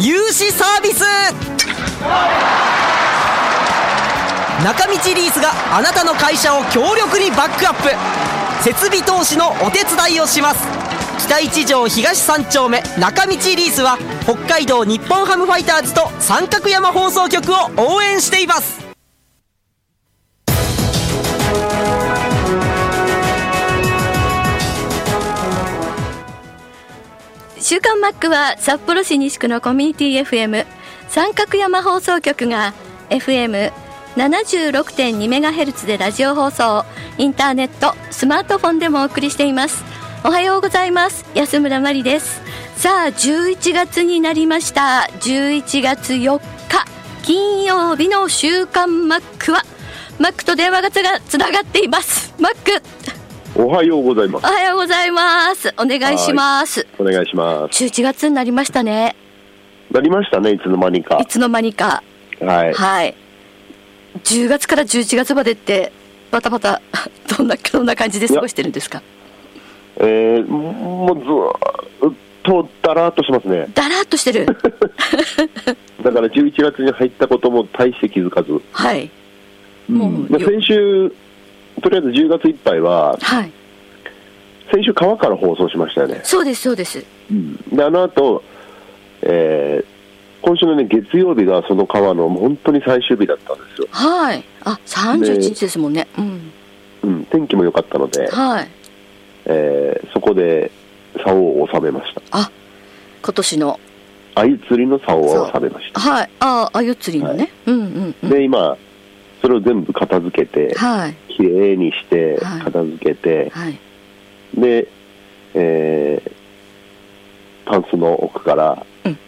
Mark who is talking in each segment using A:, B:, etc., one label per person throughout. A: 融資サービス中道リースがあなたの会社を強力にバックアップ設備投資のお手伝いをします北一条東三丁目中道リースは北海道日本ハムファイターズと三角山放送局を応援しています
B: 週刊マックは札幌市西区のコミュニティ FM 三角山放送局が FM76.2 メガヘルツでラジオ放送インターネットスマートフォンでもお送りしていますおはようございます安村まりですさあ11月になりました11月4日金曜日の週刊マックはマックと電話がつがつながっていますマック
C: おはようございま
B: お
C: す。
B: はようございますお願いします
C: お願いします。
B: 11月になりましたね
C: なりましたね、いつの間にか
B: い。つの間にか
C: はい。
B: はい。10月から11月までって、バタバタ、 どんな、どんな感じで過ごしてるんですか
C: えー、もうずーっとだらーっとしますね。
B: だらーっとして る。
C: だから11月に入ったことも大して気づかず。
B: はい。もう
C: まあ、
B: よ
C: 先週、とりあえず10月いっぱいは、
B: はい。
C: 先週川から放送しましたよね。
B: そうです、そうです。
C: で、あの後、えー、今週のね、月曜日がその川の本当に最終日だったんですよ。
B: はい。あ、31日ですもんね。うん。
C: うん、天気も良かったので、
B: はい。
C: えー、そこで竿を収めました。
B: あ、今年の。
C: 鮎釣りの竿を収めました。
B: はい。ああ、あゆ釣りのね。うんうんうん。
C: で今それを全部片付けて
B: はい。
C: きれいにして
B: はい
C: 片付けて、
B: はい。
C: で、えー、タンスの奥から、
B: うん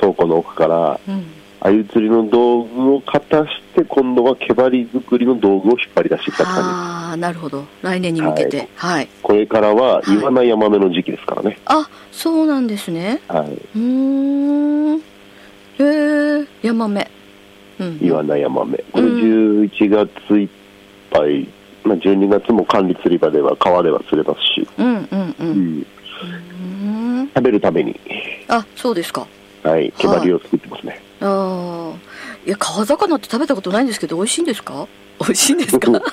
C: 倉庫の奥から
B: うん。
C: 鮎釣りの道具を片して今度は毛針作りの道具を引っ張り出してきたって感じ
B: ああ、なるほど。来年に向けて。はい。
C: これからは
B: はい
C: 言わないヤマメの時期ですからね、
B: あ、そうなんですね。
C: は
B: う
C: い、
B: ーん。へえ、ヤマメ。うん。
C: 言わないヤマメこれ
B: うん
C: 11月いっぱい、まあ、12月も管理釣り場では川では釣れますし、
B: うんうんう。
C: うんん
B: うん
C: 食べるために
B: あ、そうですか。
C: はい、毛針を作ってますね。
B: あーいや川魚って食べたことないんですけど美味しいんですか？美味しいんですか？
C: 僕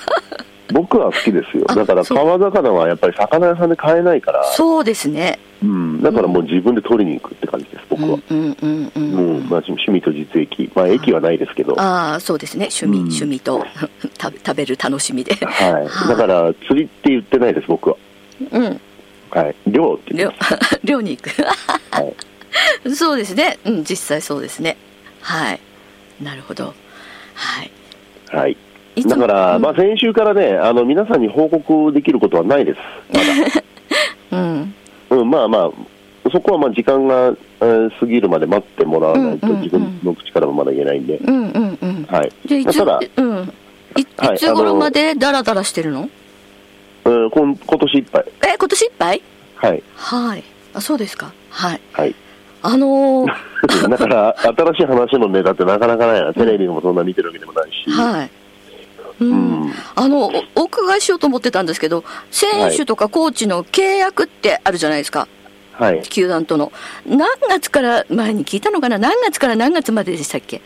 C: 僕は好きですよ。
B: あ
C: だから
B: そう
C: 川魚はやっぱり魚屋さんで買えないから、
B: そうですね。
C: うん、だからもう自分で取りに行くって感じです、
B: う
C: 僕は
B: ん。うんうんう。
C: もうんまあ、趣味と実益、まあ、益はないですけど、は
B: ああそうですね趣味、
C: うん
B: 趣味と 食べ食べる楽しみで。はい
C: い、だから釣りって言ってないです、僕は。
B: うん。
C: はい、漁って 言っ
B: 漁
C: て
B: 漁に行く、 そうですね。うん実際そうですね。はい。なるほど。はい。
C: ます。はい
B: いつも
C: だから、
B: うん
C: まあ、先週からね、あの皆さんに報告できることはないです、
B: うん
C: うん、まあまあ、そこはまあ時間が、えー過ぎるまで待ってもらわないと、
B: うんうんうん
C: 自分の口からもまだ言えないんで、
B: うんうんうん。
C: はい、
B: でい
C: まあ
B: つ
C: ただ、
B: うんいい
C: はい
B: つ頃までダラダラしてるの？
C: うんこん今年いっぱい、
B: え今年いっぱい？
C: はい、
B: はい。あ、そうですか。はい。
C: はい、
B: あ のー
C: だから、新しい話のネタってなかなかないな、テレビもそんな見てるわけでもないし、
B: はい。う
C: うんん、
B: あのおお伺いしようと思ってたんですけど、選手とかコーチの契約ってあるじゃないですか、
C: はい、
B: 球団との、何月から、前に聞いたのかな、何月から何月まででしたっけ、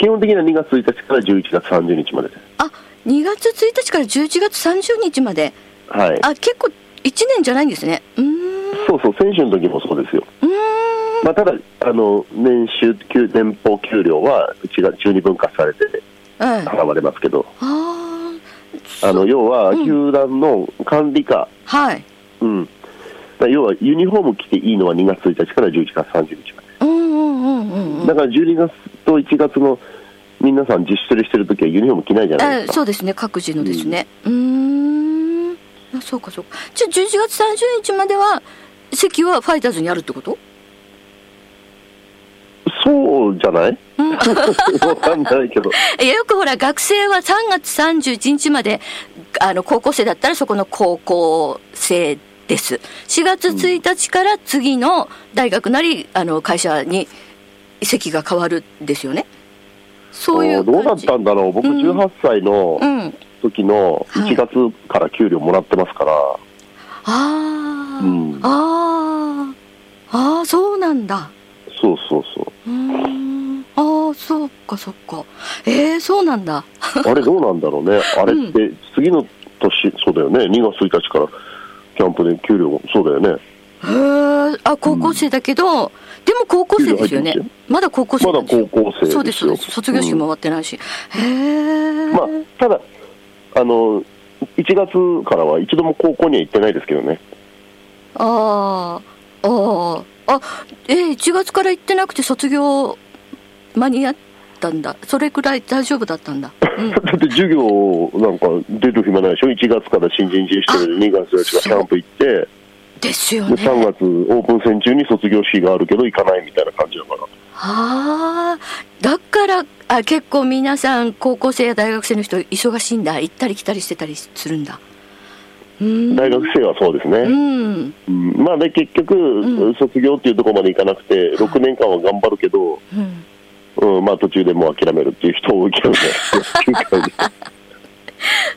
C: 基本的には2月1日から11月30日までです、
B: あ2月1日から11月30日まで、
C: はい、
B: あ結構、1年じゃないんですね、うーん、う
C: そうそう、選手の時もそうですよ、
B: ーん、
C: まあ、ただ、あの年収給、年俸給料はうちが中に分割されて
B: ええ
C: 払われますけど、
B: あー
C: あの要は
B: うん
C: 球団の管理下、
B: はい、
C: うん、だから要はユニフォーム着ていいのは2月1日から11月30日まで。
B: うんうんうんうんうん
C: だから12月と1月の皆さん自主トレしてるときはユニフォーム着ないじゃない
B: え
C: ですか。
B: そうですね各自のですねうーんあそうかそうかじゃあ11月30日までは席はファイターズにあるってこと
C: そうじゃない わかんないけど。
B: えよくほら、学生は3月31日まで、あの、高校生だったらそこの高校生です。4月1日から次の大学なり、あの、会社に席が変わるんですよね。そういう感じ。
C: どうだったんだろう、僕、
B: うん
C: 18歳の
B: うん。
C: 時の
B: はい
C: 1月から給料もらってますから、
B: ああ、
C: うん
B: ああ、ああ、そうなんだ。
C: そうそうそう
B: ーん。ああ、そうか、そうか。ええそうなんだ。
C: う、あれどうなんだろうね、あれって、次の年、そうだよね、2月1日からキャンプで給料も、そうだよね、
B: へえ、あ、高校生だけど、でも高校生ですよね
C: いやいやいや。
B: まだ高校生
C: まだ
B: なんですよ
C: 高校生ですよ
B: そうです、そうです。卒業式も終わってないし。へえ。
C: まあ、ただ、あの、1月からは一度も高校には行ってないですけどね、
B: ああ、ああ、あ、えー、1月から行ってなくて卒業間に合ったんだ。それくらい大丈夫だったんだ。 うん
C: だって授業なんか出る暇ないでしょ、1月から新人実習で2月1日からキャンプ行って、で
B: ですよね。
C: 3月オープン戦中に卒業式があるけど行かないみたいな感じだから。
B: ああ、だから、あ、結構皆さん高校生や大学生の人忙しいんだ。行ったり来たりしてたりするんだ。うーん。
C: 大学生はそうです
B: う
C: ね、
B: ん。
C: うんまあね、結局、
B: う
C: 卒業っていうところまでいかなくて、6年間は頑張るけど、
B: うん。
C: うんまあ、途中でもう諦めるっていう人多いけ どね、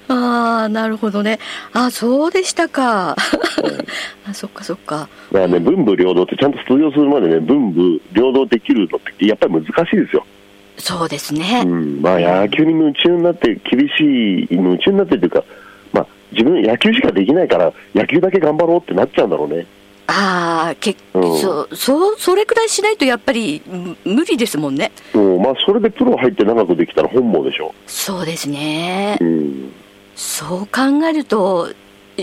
B: ああ、なるほどね。あそうでしたか。 あそっかそっか。
C: だからね、文武両道って、ちゃんと卒業するまでね、文武両道できるのって、やっぱり難しいですよ、
B: そうですね。
C: うんまあ、野球に夢中になって、厳しい、夢中になってというか、まあ、自分、野球しかできないから、野球だけ頑張ろうってなっちゃうんだろうね、
B: ああ、結
C: うん
B: そう、そう、それくらいしないとやっぱりむ無理ですもんね。
C: うんまあ、それでプロ入って長くできたら本望でしょ。
B: そうですね
C: う。ん
B: そう考えると、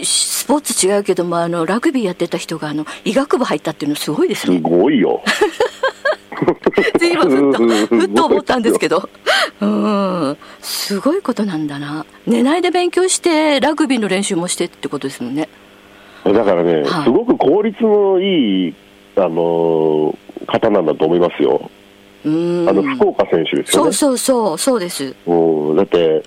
B: しスポーツ違うけども、あの、ラグビーやってた人が、あの、医学部入ったっていうのすごいです
C: す
B: ね。
C: ごいよ。
B: 今、ふっと、
C: すごい
B: ふっと思ったんですけど。うん。すごいことなんだな。寝ないで勉強して、ラグビーの練習もしてってことですもんね。
C: だからね、
B: はい
C: すごく効率のいい、あのー方なんだと思いますよ、
B: うん。
C: あの福岡選手です
B: そ
C: よね
B: う、そうそう、そうです。
C: うんだって、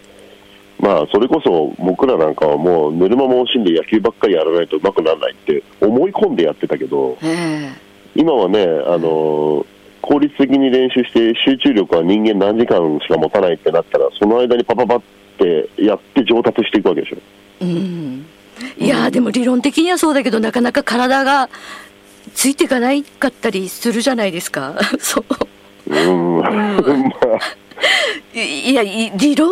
C: まあ、それこそ僕らなんかはもう、ぬるまも惜しんで野球ばっかりやらないとうまくならないって思い込んでやってたけど、
B: え
C: 今はね、あのー効率的に練習して、集中力は人間何時間しか持たないってなったら、その間にパパパってやって上達していくわけでしょ。
B: えうん。いやーでも理論的にはそうだけど、なかなか体がついていかないかったりするじゃないですか。 そう。
C: うん、まあ
B: いいや、い理論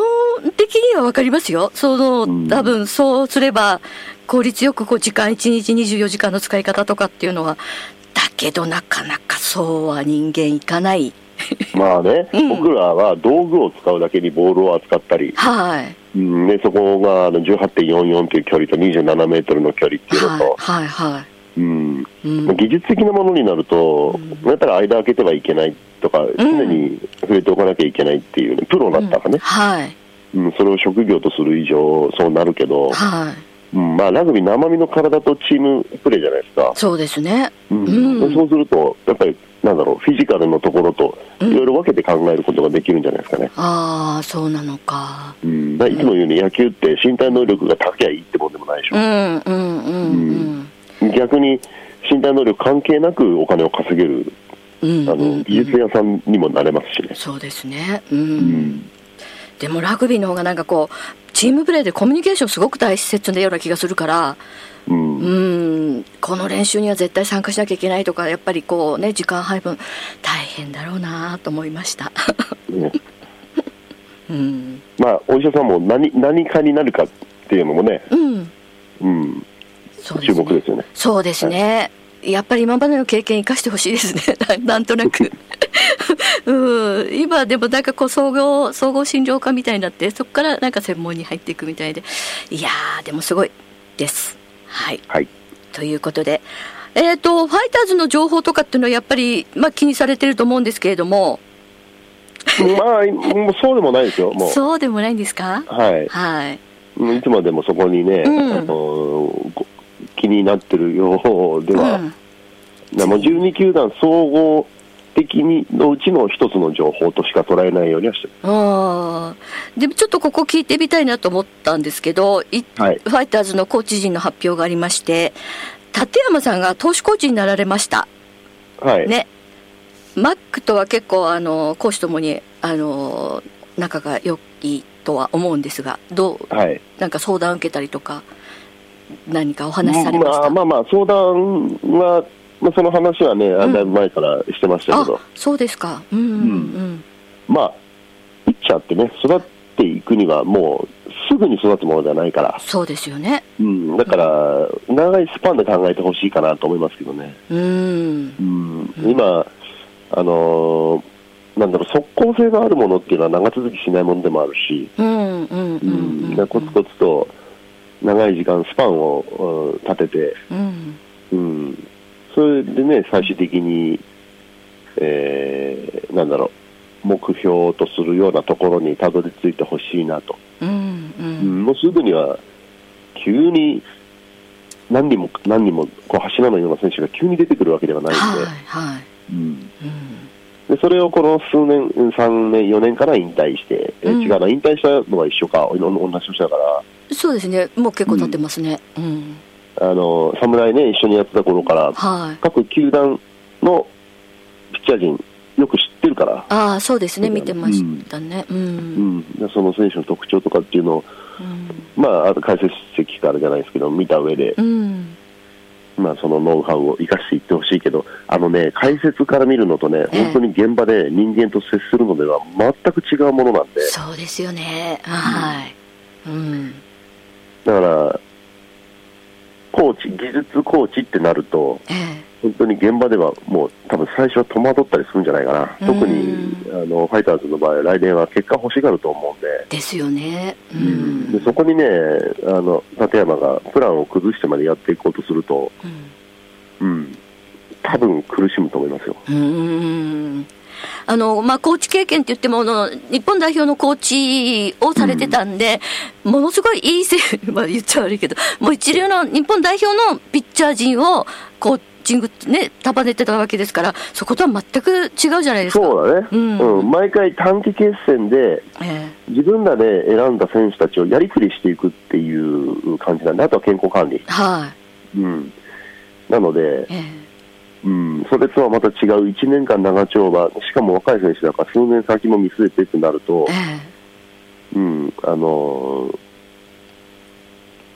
B: 的にはわかりますよ。その、多分そうすれば、効率よくこう時間1日24時間の使い方とかっていうのは、だけどなかなかそうは人間いかない。
C: まあね、
B: うん
C: 僕らは道具を使うだけにボールを扱ったり、
B: はい。
C: うんね、そこがあの18.44という距離と27メートルの距離っていうの
B: はい
C: と、、
B: はい、は
C: うん
B: い。うん。
C: 技術的なものになると、だったら間開けてはいけないとか、常に触れておかなきゃいけないっていうね、プロだったらね、
B: はい。
C: うん、それを職業とする以上、そうなるけど、
B: はい。
C: うんまあ、ラグビー、生身の体とチームプレーじゃないですか、
B: そうですね。
C: うん
B: うん
C: でそうすると、やっぱりなんだろう、フィジカルのところと、いろいろ分けて考えることができるんじゃないですかね。
B: ああ、そうなのか。
C: うん、だからいつも言うように野球って身体能力が高きゃいいってもんでもないでし
B: う
C: ょ、
B: ん、うん、うん、
C: 逆に身体能力関係なくお金を稼げる、
B: うん。うん
C: あの技術屋さんにもなれますしね、
B: そうですね。うん。でもラグビーの方がなんかこう、チームプレーでコミュニケーションすごく大切なような気がするから、
C: うん
B: うん、この練習には絶対参加しなきゃいけないとか、やっぱりこうね、時間配分、大変だろうなと思いました。
C: ね
B: うん。
C: まあ、お医者さんも何何かになるかっていうのもね、
B: うん。
C: うん、
B: そうですね。
C: 注目ですよね。
B: そうですね。やっぱり今までの経験生かしてほしいですね。 ななんとなく。うん、今でもなんかこう総合、総合診療科みたいになって、そこからなんか専門に入っていくみたいで。いやー、でもすごいです。はい。
C: はい、
B: ということで。えっ、と、ファイターズの情報とかっていうのはやっぱり、まあ気にされてると思うんですけれども、
C: まあ、もうそうでもないですよ、もう、
B: そうでもないんですか
C: はい
B: はい。
C: もう、いつまでもそこにね、
B: うん
C: あのこ気になってるようでは、
B: うん
C: なもう12球団総合的にのうちの一つの情報としか捉えないようにはしてる
B: あーでもちょっとここ聞いてみたいなと思ったんですけど、い
C: はい
B: ファイターズのコーチ陣の発表がありまして、立山さんが投手コーチになられました。
C: はい、
B: ね。マックとは結構、あの、講師ともに、あの、仲が良いとは思うんですが、どう、
C: はい
B: なんか相談受けたりとか、何かお話しされました、
C: あまあまあ相談は、まあ、その話はね、あだいぶ前からしてましたけど
B: あそうですか。うんうんうん。
C: まあピッチャーってね育っていくにはもうすぐに育つものじゃないから、
B: そうですよね。
C: うん、だから長いスパンで考えてほしいかなと思いますけどね、
B: うん。
C: うん、今あのーなんだろう即効性があるものっていうのは長続きしないものでもあるし、
B: うんうんう
C: うんん
B: うん。
C: コツコツと長い時間スパンをうん立てて
B: うん。
C: うん、それでね、最終的に、えー、なんだろう、目標とするようなところにたどり着いてほしいなと、
B: うんう
C: うんんもうすぐには、急に何人も何人もこう柱のような選手が急に出てくるわけではない
B: はい
C: んで、
B: はい
C: うん
B: うん
C: でそれをこの数年、うん3年、4年から引退して、え
B: うん
C: 違うな、引退したのは一緒か、同じ同じ年だから。
B: そうですね、もう結構経ってますね。うん、
C: あの侍ね、一緒にやってた頃から、
B: はい。
C: 各球団のピッチャー陣、よく知ってるから、
B: ああ、そうですね、見てましたね。う、
C: うんん、でその選手の特徴とかっていうのを、まあ、あと解説席からじゃないですけど、見た上で、
B: うん、うん、
C: まあ、そのノウハウを生かしていってほしいけど、あのね、解説から見るのとね、
B: ええ
C: 本当に現場で人間と接するのでは全く違うものなんで、
B: そうですよね。はい。うん、
C: だから、コーチ、技術コーチってなると、
B: ええ、
C: 本当に現場ではもう、多分最初は戸惑ったりするんじゃないかな、特にあのファイターズの場合、来年は結果欲しがると思うんで。
B: ですよね。う
C: で
B: ん、
C: そこにねあの、立山がプランを崩してまでやっていこうとすると、うん、多分苦しむと思いますよ。
B: うん、あの、まあ、コーチ経験って言っても、あの、日本代表のコーチをされてたんで、ものすごいいいせ、まあ、言っちゃ悪いけど、もう一流の日本代表のピッチャー陣を、コーチングね、束ねてたわけですから、そことは全く違うじゃないですか。
C: そうだね、
B: うん
C: うん毎回短期決戦で、
B: え
C: 自分らで選んだ選手たちをやりくりしていくっていう感じなんで、あとは健康管理、
B: えはい、
C: うん、なの
B: え
C: で、
B: え
C: うん、それとはまた違う1年間長丁場、しかも若い選手だから、数年先も見据えてってなると
B: え、
C: うん、あのー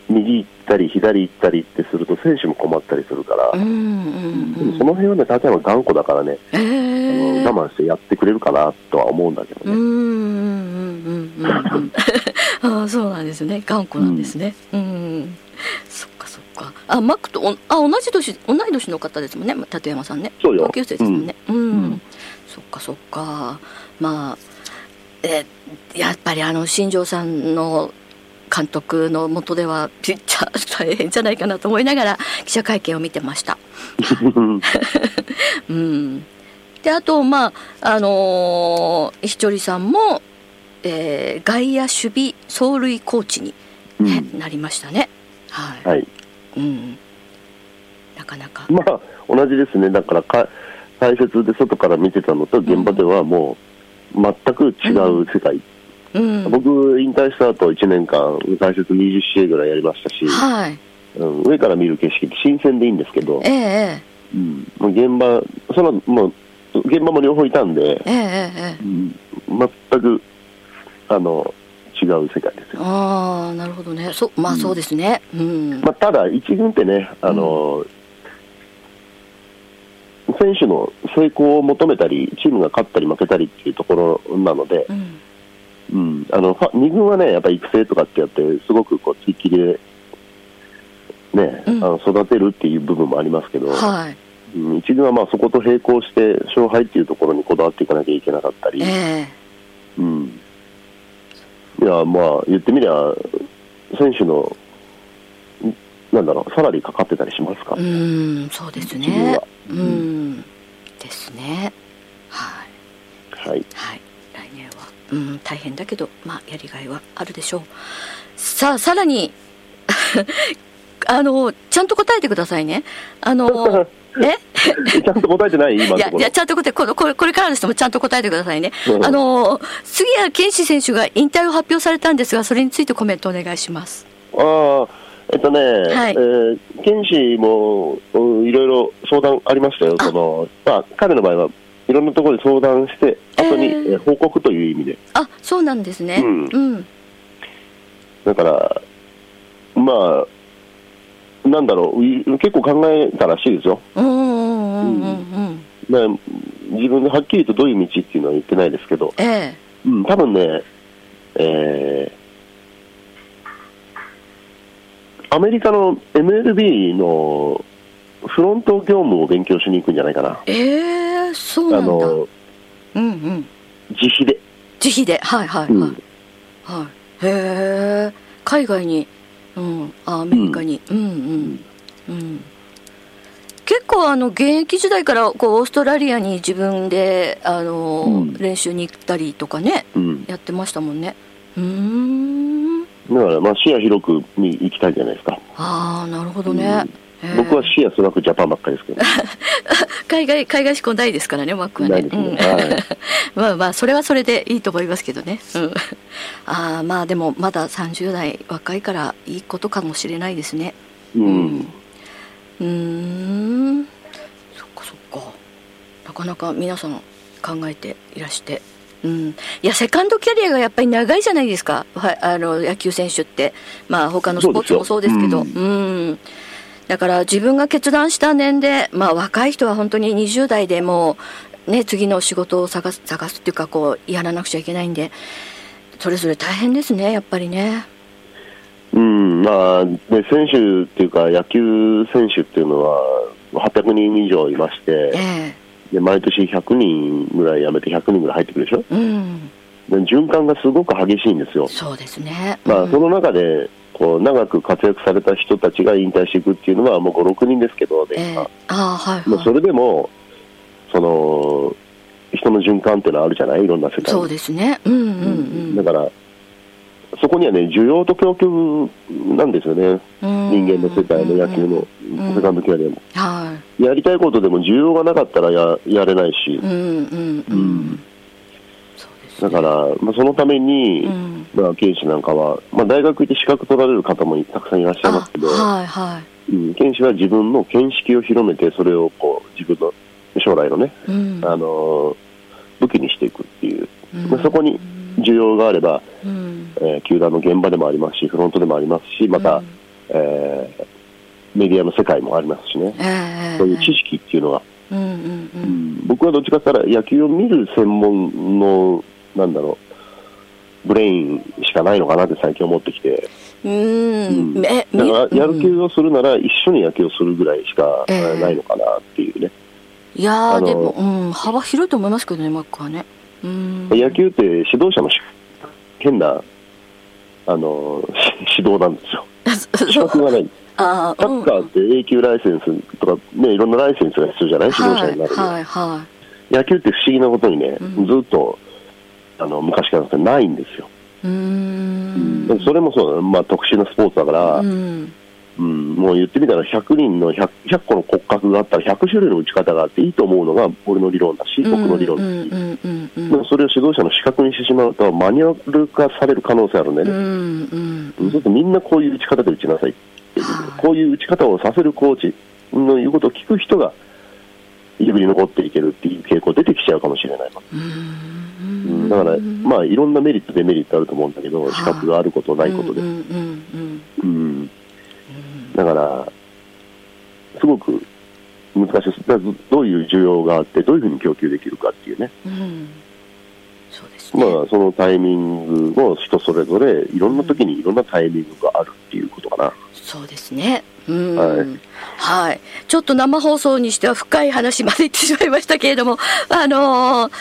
C: 右行ったり左行ったりってすると選手も困ったりするから、
B: えうん
C: で
B: うんう
C: も
B: ん
C: その辺はね、立山頑固だからね、
B: え
C: あ
B: え
C: の我慢してやってくれるかなとは思うんだけど
B: うん
C: ね。
B: うんうんうんうんうん ああそうなんですね頑固なんですねうん、そっかそっかあマックとおあ同じ年同い年の方ですもんね立山さんね
C: そうよ
B: 同級生ですもんねうん、
C: うん
B: そっかそっかまあえやっぱりあの新庄さんの監督のもとではピッチャー大変じゃないかなと思いながら記者会見を見てました。 うん、であと、まああのー、ひちょりさんも、えー外野守備走塁コーチに、
C: うん
B: ねなりましたね。はい
C: はい、
B: うん、なかなか、
C: まあ、同じですね、だからか解説で外から見てたのと、現場ではもう全く違う世界、
B: うん
C: 僕、引退した後1年間、解説20試合ぐらいやりましたし、
B: はい
C: うん、上から見る景色って新鮮でいいんですけど
B: え、え
C: うんもう現場、そのもう現場も両方いたんで
B: ええ、ええええ
C: 全くあの違う世界ですよ。
B: ああなるほどねそまあそうですね、うん
C: まあ、ただ、一軍ってね、あの選手の成功を求めたり、チームが勝ったり負けたりっていうところなので、
B: うん
C: うんあのファ二軍はね、やっぱり育成とかってやって、すごくこうつきっきりで、ね
B: うん
C: あの育てるっていう部分もありますけど、
B: はい
C: うん一軍はまあそこと並行して、勝敗っていうところにこだわっていかなきゃいけなかったり。
B: ええ
C: うん、いや、まあ、言ってみりゃ、選手の、んなんだろう、サラリーかかってたりしますか、
B: うんそうです
C: 自分
B: ね
C: は
B: うん、ですねはい
C: はい、
B: はい、来年は、うん、大変だけど、まあ、やりがいはあるでしょう。さあ、さ らに、あの、ちゃんと答えてくださいね。あの、え
C: えちゃんと答えてない今の
B: いや、
C: とこ
B: い
C: ろ
B: や、。ちゃんと答え、このこれこれからの人もちゃんと答えてくださいね
C: う。ん
B: あのー、杉谷拳士選手が引退を発表されたんですが、それについてコメントお願いします。
C: ああ、えっとね、
B: はい
C: えー、剣士もうんいろいろ相談ありましたよ。そのまあ、彼の場合はいろんなところで相談して、後に、
B: えー
C: えー報告という意味で。
B: あ、そうなんですね。う
C: うんん。だから、まあ、なんだろう、い結構考えたらしいですよ。
B: うんうんうんうんうん。
C: まあ自分ではっきりとどういう道っていうのは言ってないですけど、
B: ええ。
C: うん、多分ね、えーアメリカの MLB のフロント業務を勉強しに行くんじゃないかな、
B: ええ、そうな
C: あ
B: んだ。うん
C: の
B: うん。
C: 自費で、
B: 自費で、はいはいはい。
C: うん
B: はい。へえ。海外に、うん、あアメリカに、うん、うん、うん。結構あの現役時代からこうオーストラリアに自分であの、
C: うん
B: 練習に行ったりとかね
C: うん、だ
B: やってましたもんねうーん
C: からまあ視野広くに行きたいじゃないですか、
B: ああなるほどね、へえ
C: 僕は視野少なくジャパンばっかりですけ ど、
B: 海外海外志向ないですからねマックはね
C: ないですね
B: うん
C: はい
B: まあまあそれはそれでいいと思いますけどね、うん、ああまあでもまだ30代若いからいいことかもしれないですね
C: う、
B: うんうーんそっかそっかなかなか皆さん考えていらしてうん、いやセカンドキャリアがやっぱり長いじゃないですか、はい、あの野球選手って、まあ他のスポーツもそうですけど、
C: そうです
B: うん、だから自分が決断した年で、まあ、若い人は本当に20代でもう、ね、次の仕事を探す探すっていうかこうやらなくちゃいけないんでそれぞれ大変ですねやっぱりね。
C: うんまあ、で選手っていうか、野球選手っていうのは、800人以上いまして
B: え、え
C: で毎年100人ぐらい辞めて、100人ぐらい入ってくるでしょ。
B: うん、
C: で循環がすごく激しいんですよ、
B: そうですね、
C: ま
B: う
C: あ、
B: ん
C: その中でこう長く活躍された人たちが引退していくっていうのは、もう5、6人ですけど、
B: え
C: 年
B: え
C: 間
B: ああはい
C: まあ、
B: はい
C: それでもその人の循環っていうのはあるじゃない、いろんな世界に
B: そうですねうんうんうん
C: だから、そこにはね、需要と供給なんですよね、
B: 人
C: 人間の世界の野球の
B: ん
C: セカンドキャリアも。
B: は
C: やりたいことでも需要がなかったらややれないし
B: い、うんうんう
C: うんん
B: そうです
C: だ
B: ね
C: から、まあ、そのために、
B: うん
C: まあ、剣士なんかは、まあ、大学行って資格取られる方もたくさんいらっしゃ
B: あ
C: いますけど、
B: はいはい
C: うん、剣士は自分の見識を広めて、それをこう自分の将来のね、
B: うん
C: あのー武器にしていくっていう、
B: うん
C: まあ、そこに需要があれば、
B: うん
C: えー球団の現場でもありますし、フロントでもありますし、また、
B: うん
C: えーメディアの世界もありますしね、
B: ええ
C: そういう知識っていうのは、
B: うんうんう
C: うんん、僕はどっちかって言ったら、野球を見る専門の、なんだろう、ブレインしかないのかなって最近思ってきて。
B: うん
C: うん
B: え
C: だから
B: み
C: 野
B: う
C: 球
B: ん
C: をするなら一緒に野球をするぐらいしか
B: ええ
C: ないのかなっていうね、
B: いや
C: あ
B: ー
C: の
B: でもうん幅広いと思いますけどねマックはねうん
C: 野球って指導者のし変なあのし 指導なんですよ、資
B: そう
C: 格がない、
B: あ
C: サ
B: ー
C: ッカーって永久ライセンスとか、ね、いろんなライセンスが必要じゃない、指導者になるには、
B: はいはいは
C: 野球って不思議なことにね、
B: うん
C: ずっとあの昔からないんですよ、
B: いうーん
C: それもそうだね、まあ、特殊なスポーツだから、
B: う
C: うん
B: ん
C: もう言ってみたら、100人の 100, 100個の骨格があったら、100種類の打ち方があっていいと思うのが俺の理論だし、僕の理論だし。
B: うんうんうんうん
C: でもそれを指導者の資格にしてしまうと、マニュアル化される可能性あるんだ
B: う
C: よね、
B: んうん
C: そうするとみんなこういう打ち方で打ちなさいっていう
B: はい
C: こういう打ち方をさせるコーチの言うことを聞く人が、指に残っていけるっていう傾向出てきちゃうかもしれない、うんだから、まあ、いろんなメリット、デメリットあると思うんだけど、
B: い
C: 資格があること、ないことで、
B: うんうんうん
C: うんだから、すごく難しいです、だからどういう需要があって、どういうふうに供給できるかっていうね。
B: うんうんそうですね、
C: まあ、そのタイミングも人それぞれ、いろんな時にいろんなタイミングがあるっていうことかな。
B: そうですねうんは
C: はいい、
B: ちょっと生放送にしては深い話まで言ってしまいましたけれども、 あのー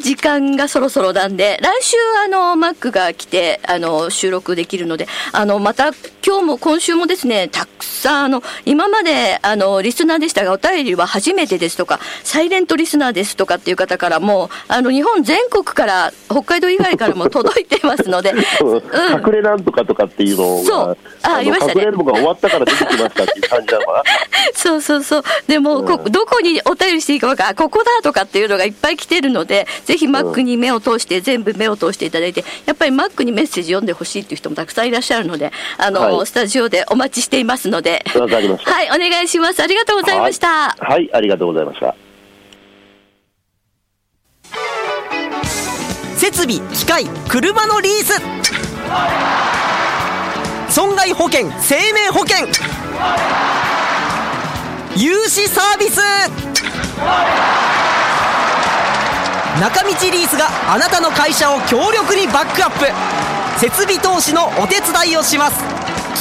B: 時間がそろそろなんで、来週、あのマックが来て、あの収録できるので、あの、また今日も今週もですね、たくさん、あの、今まで、あの、リスナーでしたが、お便りは初めてですとか、サイレントリスナーですとかっていう方からも、あの、日本全国から、北海道以外からも届いてますので、
C: 隠れなんとかとかっていうのが、
B: そうあ
C: の
B: いましたね
C: 隠れるのが終わったから出てきまったっていう感じなの か
B: そうそうそう。でも、こ、どこにお便りしていいかわからん、ここだとかっていうのがいっぱい来てるので、ぜひマックに目を通して、全部目を通していただいて、やっぱりマックにメッセージ読んでほしいっていう人もたくさんいらっしゃるので、あの、
C: はい
B: スタジオでお待ちしていますので。
C: わかりました
B: はい、お願いします。ありがとうござい
C: な。
B: ました。
C: はいはい、ありがとうございました。
A: 設備機械車のリース損害保険生命保険融資サービス中道リースがあなたの会社を強力にバックアップ設備投資のお手伝いをします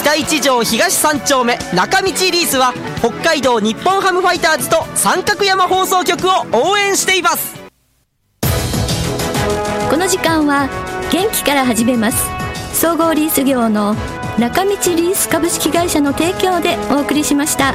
A: 北一条東三丁目中道リースは北海道日本ハムファイターズと三角山放送局を応援しています
B: この時間は元気から始めます総合リース業の中道リース株式会社の提供でお送りしました。